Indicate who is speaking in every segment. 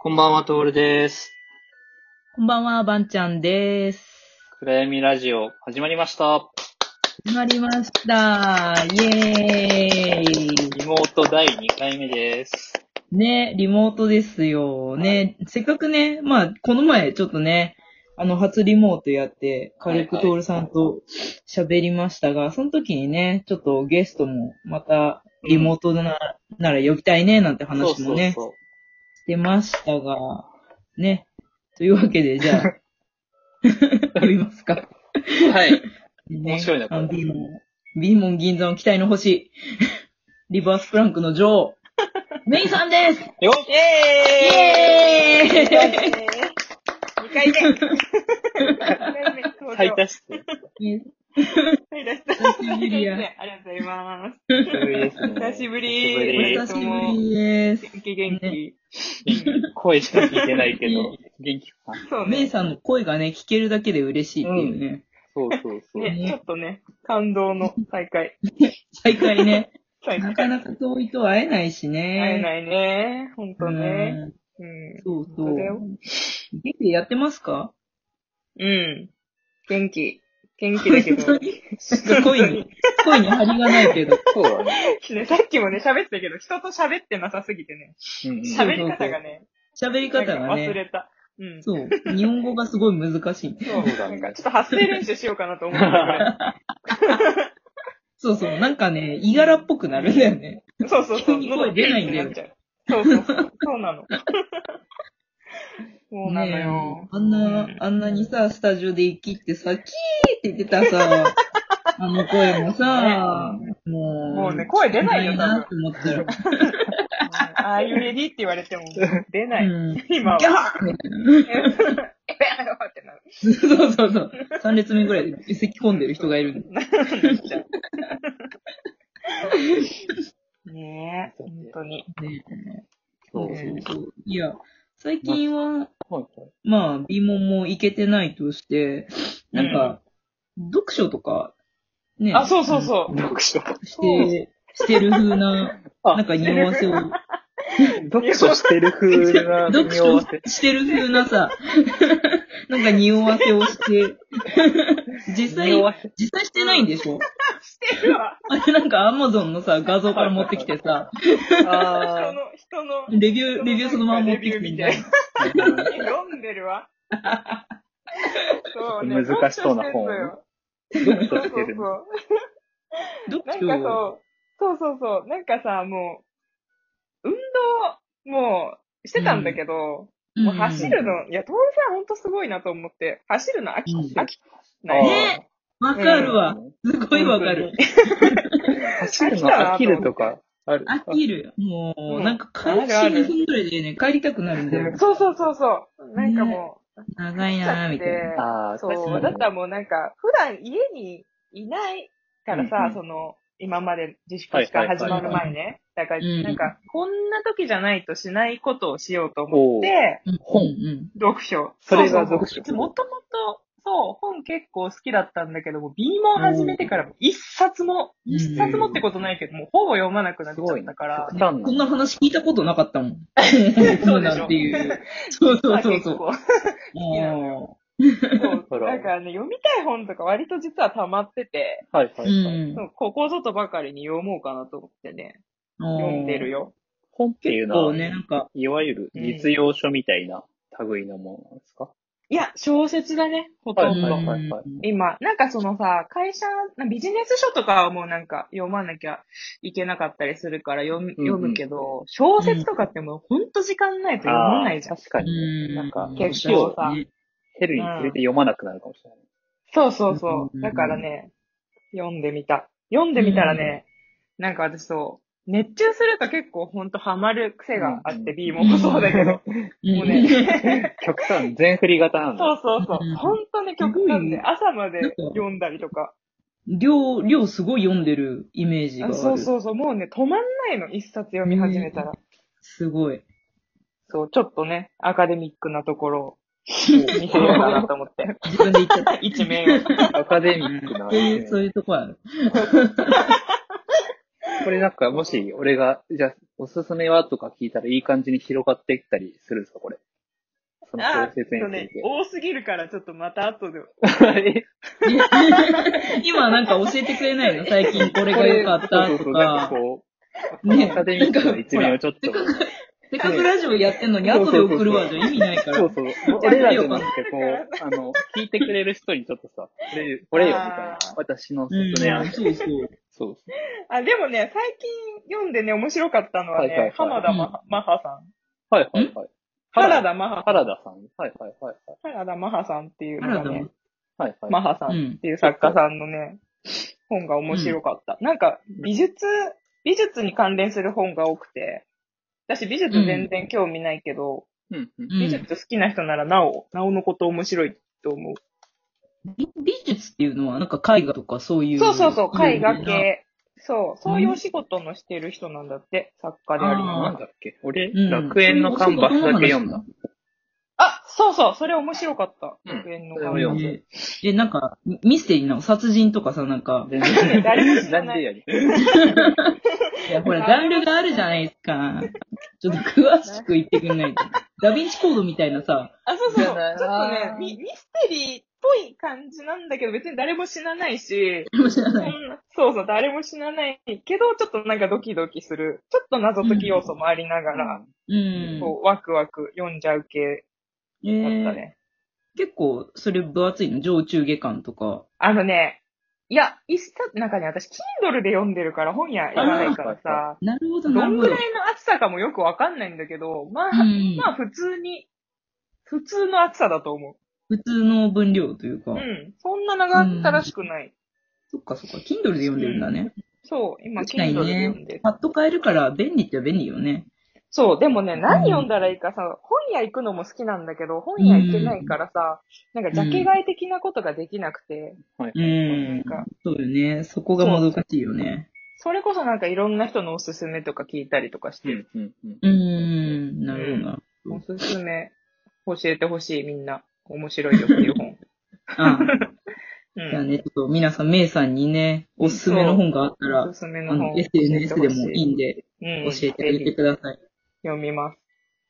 Speaker 1: こんばんは、トールです。
Speaker 2: こんばんは、ばんちゃんです。
Speaker 1: 暗闇ラジオ、始まりました。
Speaker 2: 始まりました。イエーイ。
Speaker 1: リモート第2回目です。
Speaker 2: ね、リモートですよ。ね、せっかくね、まあ、この前ちょっとね、あの、初リモートやって、軽く
Speaker 1: はいはい
Speaker 2: トールさんと喋りましたが、その時にね、ちょっとゲストもまたリモートなら、なら呼びたいね、なんて話もね、
Speaker 1: そうそう
Speaker 2: してましたが、ね。というわけで、 じゃあ、呼びますか。
Speaker 1: そう。はい。面
Speaker 2: 面
Speaker 1: 白いねこれ
Speaker 2: あのビーモン。ビーモン銀座の期待の星。 リバースプランクの女 王。メイさんです
Speaker 1: よっ
Speaker 2: イ
Speaker 3: え
Speaker 2: エー
Speaker 3: ー、2回目。2回目登場。
Speaker 1: 最多出演。
Speaker 2: イ
Speaker 3: はい出した
Speaker 2: 久しぶりや
Speaker 3: はい出したありがとうございます。
Speaker 1: 久しぶりですね
Speaker 3: 久しぶり
Speaker 1: 久しぶり
Speaker 2: お久しぶりです。
Speaker 3: 元気元気。
Speaker 1: 声しか聞いてないけど、 元気かな。
Speaker 3: そう
Speaker 2: メイ
Speaker 3: ね。
Speaker 2: さんの声がね、聞けるだけで嬉しいっていうね。
Speaker 1: そうそうそう。
Speaker 3: ね、ちょっとね、感動の再会。
Speaker 2: 再会 ね。
Speaker 3: 再
Speaker 2: な
Speaker 3: 会。
Speaker 2: か
Speaker 3: 会
Speaker 2: なか遠いと会えないしね。
Speaker 3: えないね。ほんとね。
Speaker 2: うん
Speaker 3: うん。
Speaker 2: そうそう。
Speaker 3: 本当だよ
Speaker 2: 元気でやってますか
Speaker 3: うん。元気。元気だけ ど。
Speaker 2: なんか声に、声に張りがないけど。
Speaker 1: そうだね。
Speaker 3: ね さっきもね、喋ってたけど、人と喋ってなさすぎてね。
Speaker 1: うん
Speaker 2: そう
Speaker 3: 喋り方がね、
Speaker 2: 喋り
Speaker 3: なんか
Speaker 2: 方が
Speaker 3: 忘
Speaker 2: ね。
Speaker 3: れた。うん。そう。
Speaker 2: そう。日本語がすごい難しい。
Speaker 1: そうだ
Speaker 3: な
Speaker 1: ね
Speaker 3: んか、ちょっと発声練習しようかなと思ってたぐらい。
Speaker 2: そうそう。なんかね、いがらっぽくなるんだよね。
Speaker 3: そうそうそう。
Speaker 2: 急に声出ないんだよ
Speaker 3: 喉ピンってなっちゃう。そうそうそう。そ うなの。そうなの
Speaker 2: ねえ
Speaker 3: よ。
Speaker 2: あんな、
Speaker 3: うん
Speaker 2: あんなにさ、スタジオで生きってさ、キーって言ってたさ、あの声もさ、もう、
Speaker 3: もうね、声出ないよ、多
Speaker 2: な
Speaker 3: 分
Speaker 2: い。なって思った
Speaker 3: ああいうレディって言われても、出な
Speaker 2: よ。
Speaker 3: い。
Speaker 2: うん。ギ
Speaker 3: 今
Speaker 2: ャ
Speaker 3: は。
Speaker 2: ーみたいな
Speaker 3: えってなる
Speaker 2: そうそうそう。3列目ぐらいで咳込んでる人がいるんだ。
Speaker 3: なっちゃう。 ねえ、本当に。
Speaker 2: ね。
Speaker 1: そ
Speaker 2: そう
Speaker 1: そ
Speaker 2: うそううそう。いや、最近は、
Speaker 1: はいはい
Speaker 2: まあ、ビーモンも行けてないとして、なんか、読書とか、ね。
Speaker 3: あ、そうそうそう。
Speaker 1: 読書。
Speaker 2: して、してる風な、
Speaker 1: あ
Speaker 2: なんか匂わせを、
Speaker 1: 読書してる風 な
Speaker 2: 読
Speaker 1: 匂
Speaker 2: 書
Speaker 1: わせ。
Speaker 2: してる風なさ、 なんか匂わせをして、実際、
Speaker 1: 匂わせ。
Speaker 2: 実際してないんでしょ
Speaker 3: してるわ。
Speaker 2: あれなんかアマゾンのさ、画像から持ってきてさ、
Speaker 3: 人
Speaker 1: あ
Speaker 3: の、人の。
Speaker 2: レビュー、レビューそのまま持ってきてみたいな。
Speaker 1: ー。
Speaker 3: 読んで るわ。そうね。
Speaker 1: 難しそうな本
Speaker 3: 読書してんのよ
Speaker 1: 読書
Speaker 3: そうそう
Speaker 1: してる。
Speaker 3: そう。
Speaker 2: 読
Speaker 3: なんか
Speaker 2: 書
Speaker 3: そう、そうそうそう、なんかさ、もう、運動、もう、してたんだけど、
Speaker 2: うん
Speaker 3: もう走るの、いや、徹さんほんとすごいなと思って、走るの飽き、
Speaker 2: うん
Speaker 3: 飽きない。
Speaker 2: ねわかるわ。すごいわかる。
Speaker 1: 走るの飽きるとか、ある。
Speaker 2: 飽きる。も
Speaker 3: う
Speaker 2: う、
Speaker 3: ん
Speaker 2: なんか開始
Speaker 3: あるある
Speaker 2: 2分ぐらいでね、帰りたくなるんだよ。
Speaker 3: そうそうそうそう、なんかも
Speaker 2: 長
Speaker 3: う、
Speaker 2: い
Speaker 3: 飽きち
Speaker 2: なぁ、
Speaker 3: ゃっ
Speaker 2: みたいな。
Speaker 3: て、
Speaker 1: ああ、確
Speaker 3: そ
Speaker 1: か
Speaker 3: う、
Speaker 1: に
Speaker 3: だったらもうなんか、普段家にいないから
Speaker 1: うんう
Speaker 3: さ
Speaker 1: ん、
Speaker 3: その、今まで自粛期間
Speaker 1: はいはい
Speaker 3: 始
Speaker 1: はいはい
Speaker 3: まる前ね。だから、
Speaker 2: うん
Speaker 3: なんか、こんな時じゃないとしないことをしようと思
Speaker 1: お
Speaker 3: っ
Speaker 1: う
Speaker 3: て、
Speaker 2: うん
Speaker 1: 本
Speaker 2: うん。
Speaker 3: 読書。
Speaker 1: それが
Speaker 3: うう
Speaker 1: 読書
Speaker 3: そうもともと、そう、本結構好きだったんだけども、B モン始めてからも一冊も、
Speaker 2: うん
Speaker 3: 一冊もってことないけど、もうほぼ読まなくなっち
Speaker 1: す
Speaker 3: ゃ
Speaker 1: ご
Speaker 3: っ
Speaker 1: い
Speaker 3: た
Speaker 1: な。
Speaker 3: から。
Speaker 1: 極端な
Speaker 2: こ
Speaker 1: ん
Speaker 2: な話聞いたことなかったもん。
Speaker 3: そうでしょ
Speaker 2: なんていう。そうそうそうそう。
Speaker 3: まあきなの結構そうだからね、読みたい本とか割と実は溜まってて、
Speaker 1: はいは
Speaker 2: う
Speaker 1: いはい。
Speaker 2: ん
Speaker 3: そうここぞとばかりに読もうかなと思ってね、読んでる
Speaker 2: よ。
Speaker 3: よ。
Speaker 1: 本っていうの
Speaker 2: 結構
Speaker 1: は、
Speaker 2: ね、なんか、
Speaker 1: いわゆる実用書みたいな類のものなんですか、
Speaker 3: いや、小説だね、ほとん
Speaker 1: はい
Speaker 3: ど。
Speaker 1: はいはいはい
Speaker 2: うん
Speaker 3: 今、なんかそのさ、会社、ビジネス書とかはもうなんか読まなきゃいけなかったりするから読む
Speaker 1: うんうん
Speaker 3: 読むけど、小説とかってもうほんと時間ないと読まないじゃん。
Speaker 1: 確かに、
Speaker 2: う
Speaker 1: ね。
Speaker 2: ん
Speaker 1: なんか、
Speaker 3: 結
Speaker 1: 年
Speaker 3: 構
Speaker 1: を
Speaker 3: さ。
Speaker 1: 減るにつれて読まなくなるかもしれない。
Speaker 3: そうそうそ
Speaker 2: うん
Speaker 3: う。だからね、読んでみた。読んでみたらね、なんか私そう、熱中すると結構ほんとハマる癖があっ
Speaker 1: う
Speaker 3: て、
Speaker 1: ん
Speaker 3: B もそうだけど。もうね、
Speaker 1: 極端、全振り型なん だ。
Speaker 3: そうそうそうう。
Speaker 2: ん
Speaker 3: ほんとね、極端
Speaker 2: う
Speaker 3: で、
Speaker 2: ん
Speaker 3: 朝まで読んだりとか。
Speaker 2: 量、量すごい読んでるイメージがあ
Speaker 3: あ
Speaker 2: る。
Speaker 3: そうそうそう、もうね、止まんないの、一冊読み始めたら。
Speaker 2: すごい。
Speaker 3: そう、ちょっとね、アカデミックなところを見せようかなと思って。
Speaker 2: 自分で言っちゃった。
Speaker 3: 一面を。
Speaker 1: アカデミックな、
Speaker 2: そういう、そういうとこある。
Speaker 1: これなんか、もし、俺が、じゃあ、おすすめはとか聞いたらいい感じに広がっていったりするんですか、これ。その
Speaker 3: あ
Speaker 1: 小
Speaker 3: あ、ち
Speaker 1: 説
Speaker 3: ょっと
Speaker 1: に
Speaker 3: ね
Speaker 1: ついて、
Speaker 3: 多すぎるから、ちょっとまた後で。。
Speaker 1: え
Speaker 2: 今なんか教えてくれないの最近これが良かった
Speaker 1: そうそうそ
Speaker 2: と
Speaker 1: うなん
Speaker 2: か
Speaker 1: か。こう、
Speaker 2: ね
Speaker 1: アカデミックの一面をちょっと。
Speaker 2: せっかくラジオやってんのに後で送るわじゃ意味ないか
Speaker 1: そ
Speaker 2: ら
Speaker 1: う。そう。俺らじゃなくて、こう、あの、聞いてくれる人にちょっとさ、これ、これよ、みたいな
Speaker 3: あー。
Speaker 1: 私のお
Speaker 2: う
Speaker 1: す
Speaker 2: ん、
Speaker 1: すめ案。
Speaker 2: そうそ
Speaker 1: そ
Speaker 2: う。
Speaker 1: うそう。
Speaker 3: あ、でもね、最近読んでね、面白かったのはね、
Speaker 1: はいはいはい
Speaker 3: 浜田マハ,、マハさん。
Speaker 1: はいはいはい。
Speaker 3: 原田マハ、
Speaker 1: 原田さん。はいはいはいはい。
Speaker 3: 原田マハさんっていうの
Speaker 2: 原
Speaker 3: が
Speaker 2: 田
Speaker 3: ね
Speaker 2: も、。
Speaker 1: はいはい。
Speaker 3: マハさんっていう作家さんのね、本が面白かった。なんか、美術、美術に関連する本が多くて、私美術全然興味ないけど、
Speaker 1: うんうん。
Speaker 2: うん
Speaker 3: 美術好きな人ならなお、なおのこと面白いと思う。
Speaker 2: 美美術っていうのはなんか絵画とかそういう。
Speaker 3: そうそうそう、絵画
Speaker 2: うん。
Speaker 3: 系。そう、そういうお仕事のしてる人なんだって、作家でありなが
Speaker 1: な
Speaker 3: ら
Speaker 1: んだっけ俺、
Speaker 2: うん
Speaker 1: 楽園のカンバスだけ読んだ。
Speaker 3: あ、そうそう、それ面白かった。
Speaker 1: うん
Speaker 3: 学園の
Speaker 1: それ
Speaker 3: 画
Speaker 1: を読
Speaker 3: 面
Speaker 1: む
Speaker 2: ええ、なんか、ミミステリーなの殺人とかさ、なんか、
Speaker 1: 全然
Speaker 3: 誰も知らない
Speaker 1: んでや
Speaker 2: いや、ほら、ジャンルがあるじゃないですか。ちょっと詳しく言ってくんないと。ダヴィンチコードみたいなさ、
Speaker 3: あ、そうそう。ち
Speaker 1: じ
Speaker 3: ょ
Speaker 1: ゃ
Speaker 3: っ
Speaker 1: ない
Speaker 3: とねミ、ミステリーっぽい感じなんだけど、別に誰も死なないし、
Speaker 2: 面白い
Speaker 3: そんなそうそう、誰も死なないけど、ちょっとなんかドキドキする。ちょっと謎解き要素もありながら、
Speaker 2: うん。
Speaker 3: こう、ワクワク読んじゃう系
Speaker 2: え
Speaker 3: だった
Speaker 2: ー
Speaker 3: ね。
Speaker 2: 結構、それ分厚いの上中下巻とか。
Speaker 3: あのね、いや、一冊、なんかね、私、Kindle で読んでるから本屋行かないから
Speaker 1: はい
Speaker 3: さ、
Speaker 2: なるほど、
Speaker 3: ど
Speaker 2: なる
Speaker 3: ん
Speaker 2: ほ
Speaker 3: ぐ
Speaker 2: ど
Speaker 3: らい。の厚さかもよくわかんないんだけど、まあ、
Speaker 2: うん
Speaker 3: まあ普通に、普通の厚さだと思
Speaker 2: 普通の分量というか。
Speaker 3: う。うん。そんな長ったらしくない。
Speaker 2: そっかそっか、Kindle で読んでるんだね。
Speaker 3: そう、今、
Speaker 2: 確かに
Speaker 3: Kindle で
Speaker 2: ね
Speaker 3: 読んでる。
Speaker 2: パッと買えるから便利っちゃ便利よね。
Speaker 3: そう、でもね、何読んだらいいかさ、本屋行くのも好きなんだけど、本屋行けないからさ、なんか、ジャケ買い的なことができなくて、
Speaker 2: う
Speaker 3: なん
Speaker 2: ん。
Speaker 3: か、
Speaker 2: そうよね。そこがもどかしいよね。
Speaker 3: それこそなんかいろんな人のおすすめとか聞いたりとかしてる。
Speaker 1: うんうん
Speaker 2: うん。なるほどな。
Speaker 3: おすすめ、教えてほしい、みんな。面白いよっていう本。
Speaker 2: あ、
Speaker 3: う
Speaker 2: じゃあ
Speaker 3: ん。
Speaker 2: ね、ちょっと皆さん、メイさんにね、おすすめの本があった
Speaker 3: お
Speaker 2: ら、
Speaker 3: すすめ
Speaker 2: あ
Speaker 3: の
Speaker 2: の、
Speaker 3: 本。
Speaker 2: SNS でもいい
Speaker 3: い。
Speaker 2: んで、
Speaker 3: うん。
Speaker 2: 教えてあげ
Speaker 3: ぜ
Speaker 2: て
Speaker 3: ひ
Speaker 2: ください。
Speaker 3: 読みま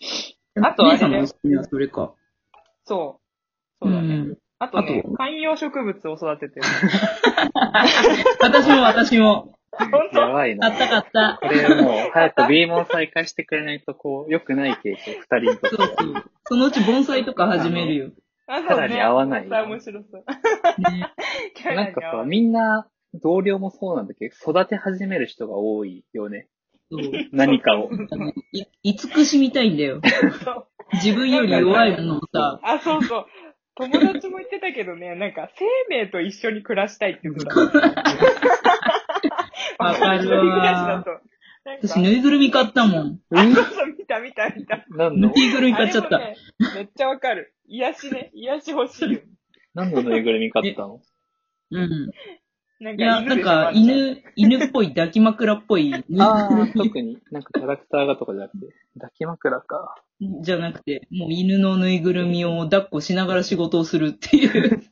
Speaker 3: す。あとあ
Speaker 2: メイ
Speaker 3: れだ
Speaker 2: さ
Speaker 3: よ
Speaker 2: んのおすすめはそれか。
Speaker 3: そう。そうだね。
Speaker 2: うん
Speaker 3: あとね
Speaker 2: あと、
Speaker 3: 観葉植物を育て てる。
Speaker 2: 私も私も、
Speaker 3: 本
Speaker 1: うん。やばい
Speaker 2: 買っ
Speaker 1: な。
Speaker 2: た買った。
Speaker 1: これもう、早く B も再開してくれないと、こう、良くない傾向、二人にとって
Speaker 2: そうそう。そのうち盆栽とか始めるよ。
Speaker 3: 当
Speaker 1: かなり合わない
Speaker 3: あそうね面白そう。
Speaker 2: ね。
Speaker 3: キ
Speaker 1: な
Speaker 3: ャラ
Speaker 1: ん
Speaker 3: に合
Speaker 1: かさ
Speaker 3: わ、ない
Speaker 1: みんな、同僚もそうなんだけど、育て始める人が多いよね。
Speaker 2: そう。
Speaker 1: 何かを。
Speaker 2: あのい、慈しみたいんだよ。
Speaker 3: そう
Speaker 2: 自分より弱いのをさ、
Speaker 3: あ、そうそう。友達も言ってたけどね、なんか、生命と一緒に暮らしたいって言って た。
Speaker 2: わか
Speaker 3: 一
Speaker 2: る
Speaker 3: 人暮らしだ
Speaker 2: わ。
Speaker 3: と。なんか、
Speaker 2: 私、ぬいぐるみ買ったもん。
Speaker 1: うん
Speaker 3: そうそう見た見た見た。
Speaker 1: 何
Speaker 2: ぬ
Speaker 1: の、
Speaker 2: いぐるみ買っちゃっ
Speaker 3: あ
Speaker 2: た。
Speaker 3: れもねめっちゃわかる。癒しね、癒し欲しいよ。
Speaker 1: 何のぬいぐるみ買ったの
Speaker 2: うん。
Speaker 3: なん
Speaker 2: いや、な
Speaker 3: か犬
Speaker 2: ん
Speaker 3: でしょ、
Speaker 2: か、犬、犬っぽい抱き枕っぽい、
Speaker 1: ああ、特になんかキャラクターがとかじゃなくて、抱き枕か。
Speaker 2: じゃなくて、もう犬のぬいぐるみを抱っこしながら仕事をするっていう。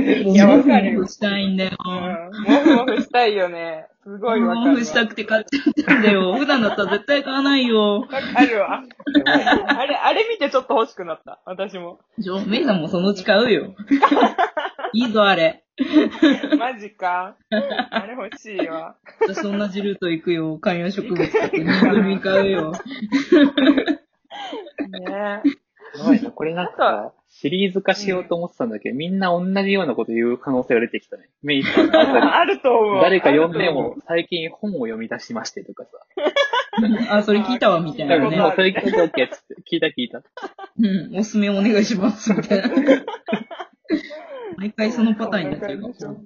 Speaker 3: いやわかる よ
Speaker 2: もうしたいんだよ。
Speaker 3: ワンちゃん。うん。もふもふしたいよね。すごいわかる
Speaker 2: も
Speaker 3: わ。
Speaker 2: うしたくて買っちゃったんだ よ。普段だったら絶対買わないよ。
Speaker 3: わかるわ。
Speaker 1: でも
Speaker 3: あれ、あれ見てちょっと欲しくなった。私も。
Speaker 2: じゃメイさんもそのうち買う よ。いいぞ、あれ。
Speaker 3: マジか。あれ欲しいわ。
Speaker 2: 私と同じルート行くよ。観葉植物買って、ぬいぐるみ買うよ。
Speaker 3: ね
Speaker 1: やばいな、これなんか、シリーズ化しようと思ってたんだけど、みんな同じようなこと言う可能性が出てきたね。メイさんの後に
Speaker 3: あると 思う。
Speaker 1: 誰か読んで
Speaker 3: あると思
Speaker 1: も
Speaker 3: う。、
Speaker 1: 最近本を読み出しましてとかさ。
Speaker 2: あ、それ聞いたわ、みた
Speaker 1: だ
Speaker 2: い
Speaker 1: か
Speaker 2: な
Speaker 1: ら
Speaker 2: ね
Speaker 1: もう。それ聞いたっけっつって、聞いた聞いた。
Speaker 2: うん、おすすめお願いします、みたいな。 毎回そのパターンになっちゃうかもしれない。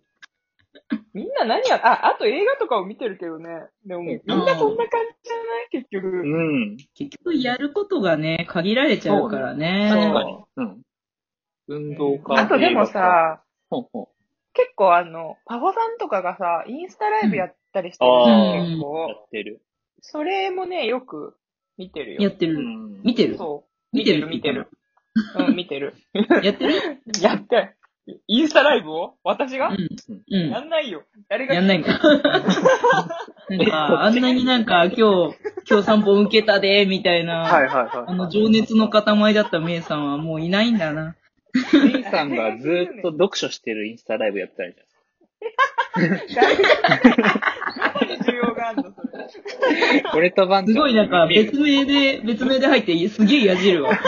Speaker 3: みんな何や、あ、あと映画とかを見てるけどね。でも、みんなそんな感じじゃない結
Speaker 1: う
Speaker 3: 局。
Speaker 1: ん。
Speaker 2: 結局やることがね、限られちゃうからね。
Speaker 1: 確かに。うん。運動家。
Speaker 3: あとでも
Speaker 1: 映画家、
Speaker 3: さ、
Speaker 1: ほんほん
Speaker 3: 結構あの、パフォさんとかがさ、インスタライブやったりしてる
Speaker 1: うん
Speaker 3: じゃ
Speaker 2: あ
Speaker 3: ん
Speaker 2: ー
Speaker 3: 結
Speaker 1: や
Speaker 3: 構。
Speaker 1: ってる。
Speaker 3: それもね、よく見てるよ。
Speaker 2: やって
Speaker 1: う
Speaker 2: る。
Speaker 1: ん
Speaker 2: 見てる
Speaker 3: そう。見
Speaker 2: 見
Speaker 3: て
Speaker 2: て
Speaker 3: る、
Speaker 2: る
Speaker 3: 見てる。うん、見てる。
Speaker 2: やってる
Speaker 3: やって。インスタライブを私が、
Speaker 2: うん。
Speaker 3: や
Speaker 2: うん
Speaker 3: ないよ。誰
Speaker 2: ん。
Speaker 3: が
Speaker 2: やんないか。なんか、あんなになんか今日、今日散歩受けたで、みたいな、
Speaker 1: はいはいはい。
Speaker 2: あの、情熱の塊だったメイさんはもういないんだな。
Speaker 1: メイさんがずーっと読書してるインスタライブやってたんじゃ
Speaker 3: だいぶ、 需要があるの、それ。
Speaker 1: ないですか。俺と番
Speaker 2: すごいなんか別名で、別名で入って、すげえやじるわ。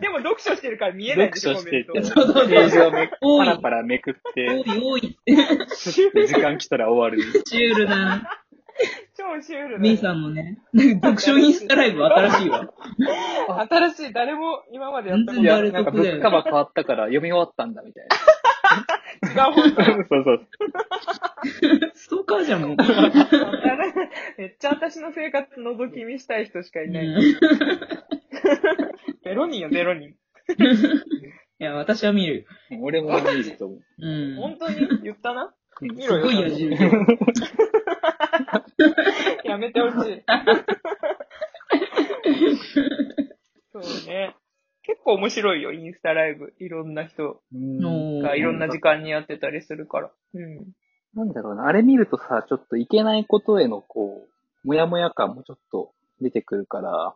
Speaker 3: でも読書してるから見えない
Speaker 1: 読
Speaker 3: でしょ、
Speaker 1: 書してて、ペ
Speaker 3: コメント
Speaker 2: うそう
Speaker 1: ージをめ
Speaker 2: お
Speaker 1: パ
Speaker 2: い
Speaker 1: ラパラめくっ
Speaker 2: お
Speaker 1: て、
Speaker 2: いおい、
Speaker 1: 時間来たら終わる。
Speaker 2: シュールな、
Speaker 3: 超シュール
Speaker 2: メイ
Speaker 3: な。
Speaker 2: さんのね、なんか読書インスタライブは新しいわ。
Speaker 3: 新しい、誰も今までやったこと
Speaker 1: い
Speaker 3: な
Speaker 1: や、
Speaker 3: い。違う
Speaker 1: なんかブッカバ変わったから読み終わったんだみたいな。
Speaker 3: 本だ。
Speaker 1: そうそう。
Speaker 2: ストーカーじゃん、もう。
Speaker 3: めっちゃ私の生活覗き見したい人しかいない。
Speaker 2: うんい
Speaker 3: ゼロ人よ、ゼロ人。
Speaker 2: や、私は見る。
Speaker 1: 俺もいいと思う。
Speaker 2: うん。
Speaker 3: 本当に言ったな
Speaker 1: うん
Speaker 3: 見
Speaker 2: す
Speaker 3: ろ
Speaker 2: ごいや
Speaker 3: よ。
Speaker 2: じる。
Speaker 3: やめてほ しい。そうね。結構面白いよ、インスタライブ。いろんな人
Speaker 1: うん
Speaker 3: がいろんな時間にやってたりするから。うん。
Speaker 1: なんだろうな、あれ見るとさ、ちょっといけないことへのこう、もやもや感もちょっと出てくるから、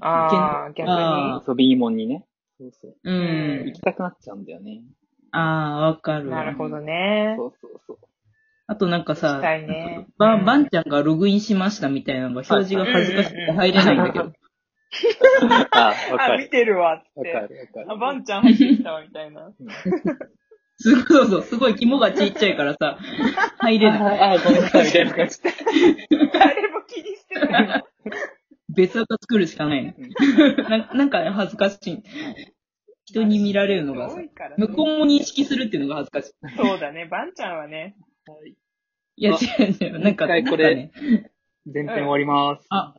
Speaker 3: ああ、逆
Speaker 2: あ
Speaker 3: に。
Speaker 1: 遊びにもんにね。そうそう。
Speaker 2: うん。
Speaker 1: 行きたくなっちゃうんだよね。
Speaker 2: ああ、わかる。
Speaker 3: なるほどね。
Speaker 1: そうそうそう。
Speaker 2: あとなんかさ、
Speaker 3: したいね。
Speaker 2: ば、
Speaker 3: うん
Speaker 2: ばんちゃんがログインしましたみたいなのが表示が恥ずかしくて入れないんだけ
Speaker 1: あ、
Speaker 2: ど。
Speaker 1: わか
Speaker 3: あ、見
Speaker 1: る。
Speaker 3: てるわ、っ
Speaker 1: わか
Speaker 3: て。
Speaker 1: る、わか
Speaker 3: あ、
Speaker 1: る。
Speaker 3: ばんちゃん入ってきたわ、みたいな。
Speaker 2: すごい、そうそう、すごい肝がちっちゃいからさ、入れな
Speaker 1: あ、
Speaker 2: い。
Speaker 1: ごめんなさい、みたいな感じで。
Speaker 3: 誰も気にしてない。
Speaker 2: 別垢作るしかないね。ななんか恥ずかしい。人に見られるのがさ
Speaker 3: 多、いからね
Speaker 2: 向こうも認識するっていうのが恥ずかしい。
Speaker 3: そうだね、ばんちゃんはね。
Speaker 2: いや、違う違う。なんか、
Speaker 1: 一回こ
Speaker 2: なんか
Speaker 1: れ
Speaker 2: ね、
Speaker 1: 全編終わります。
Speaker 2: あ、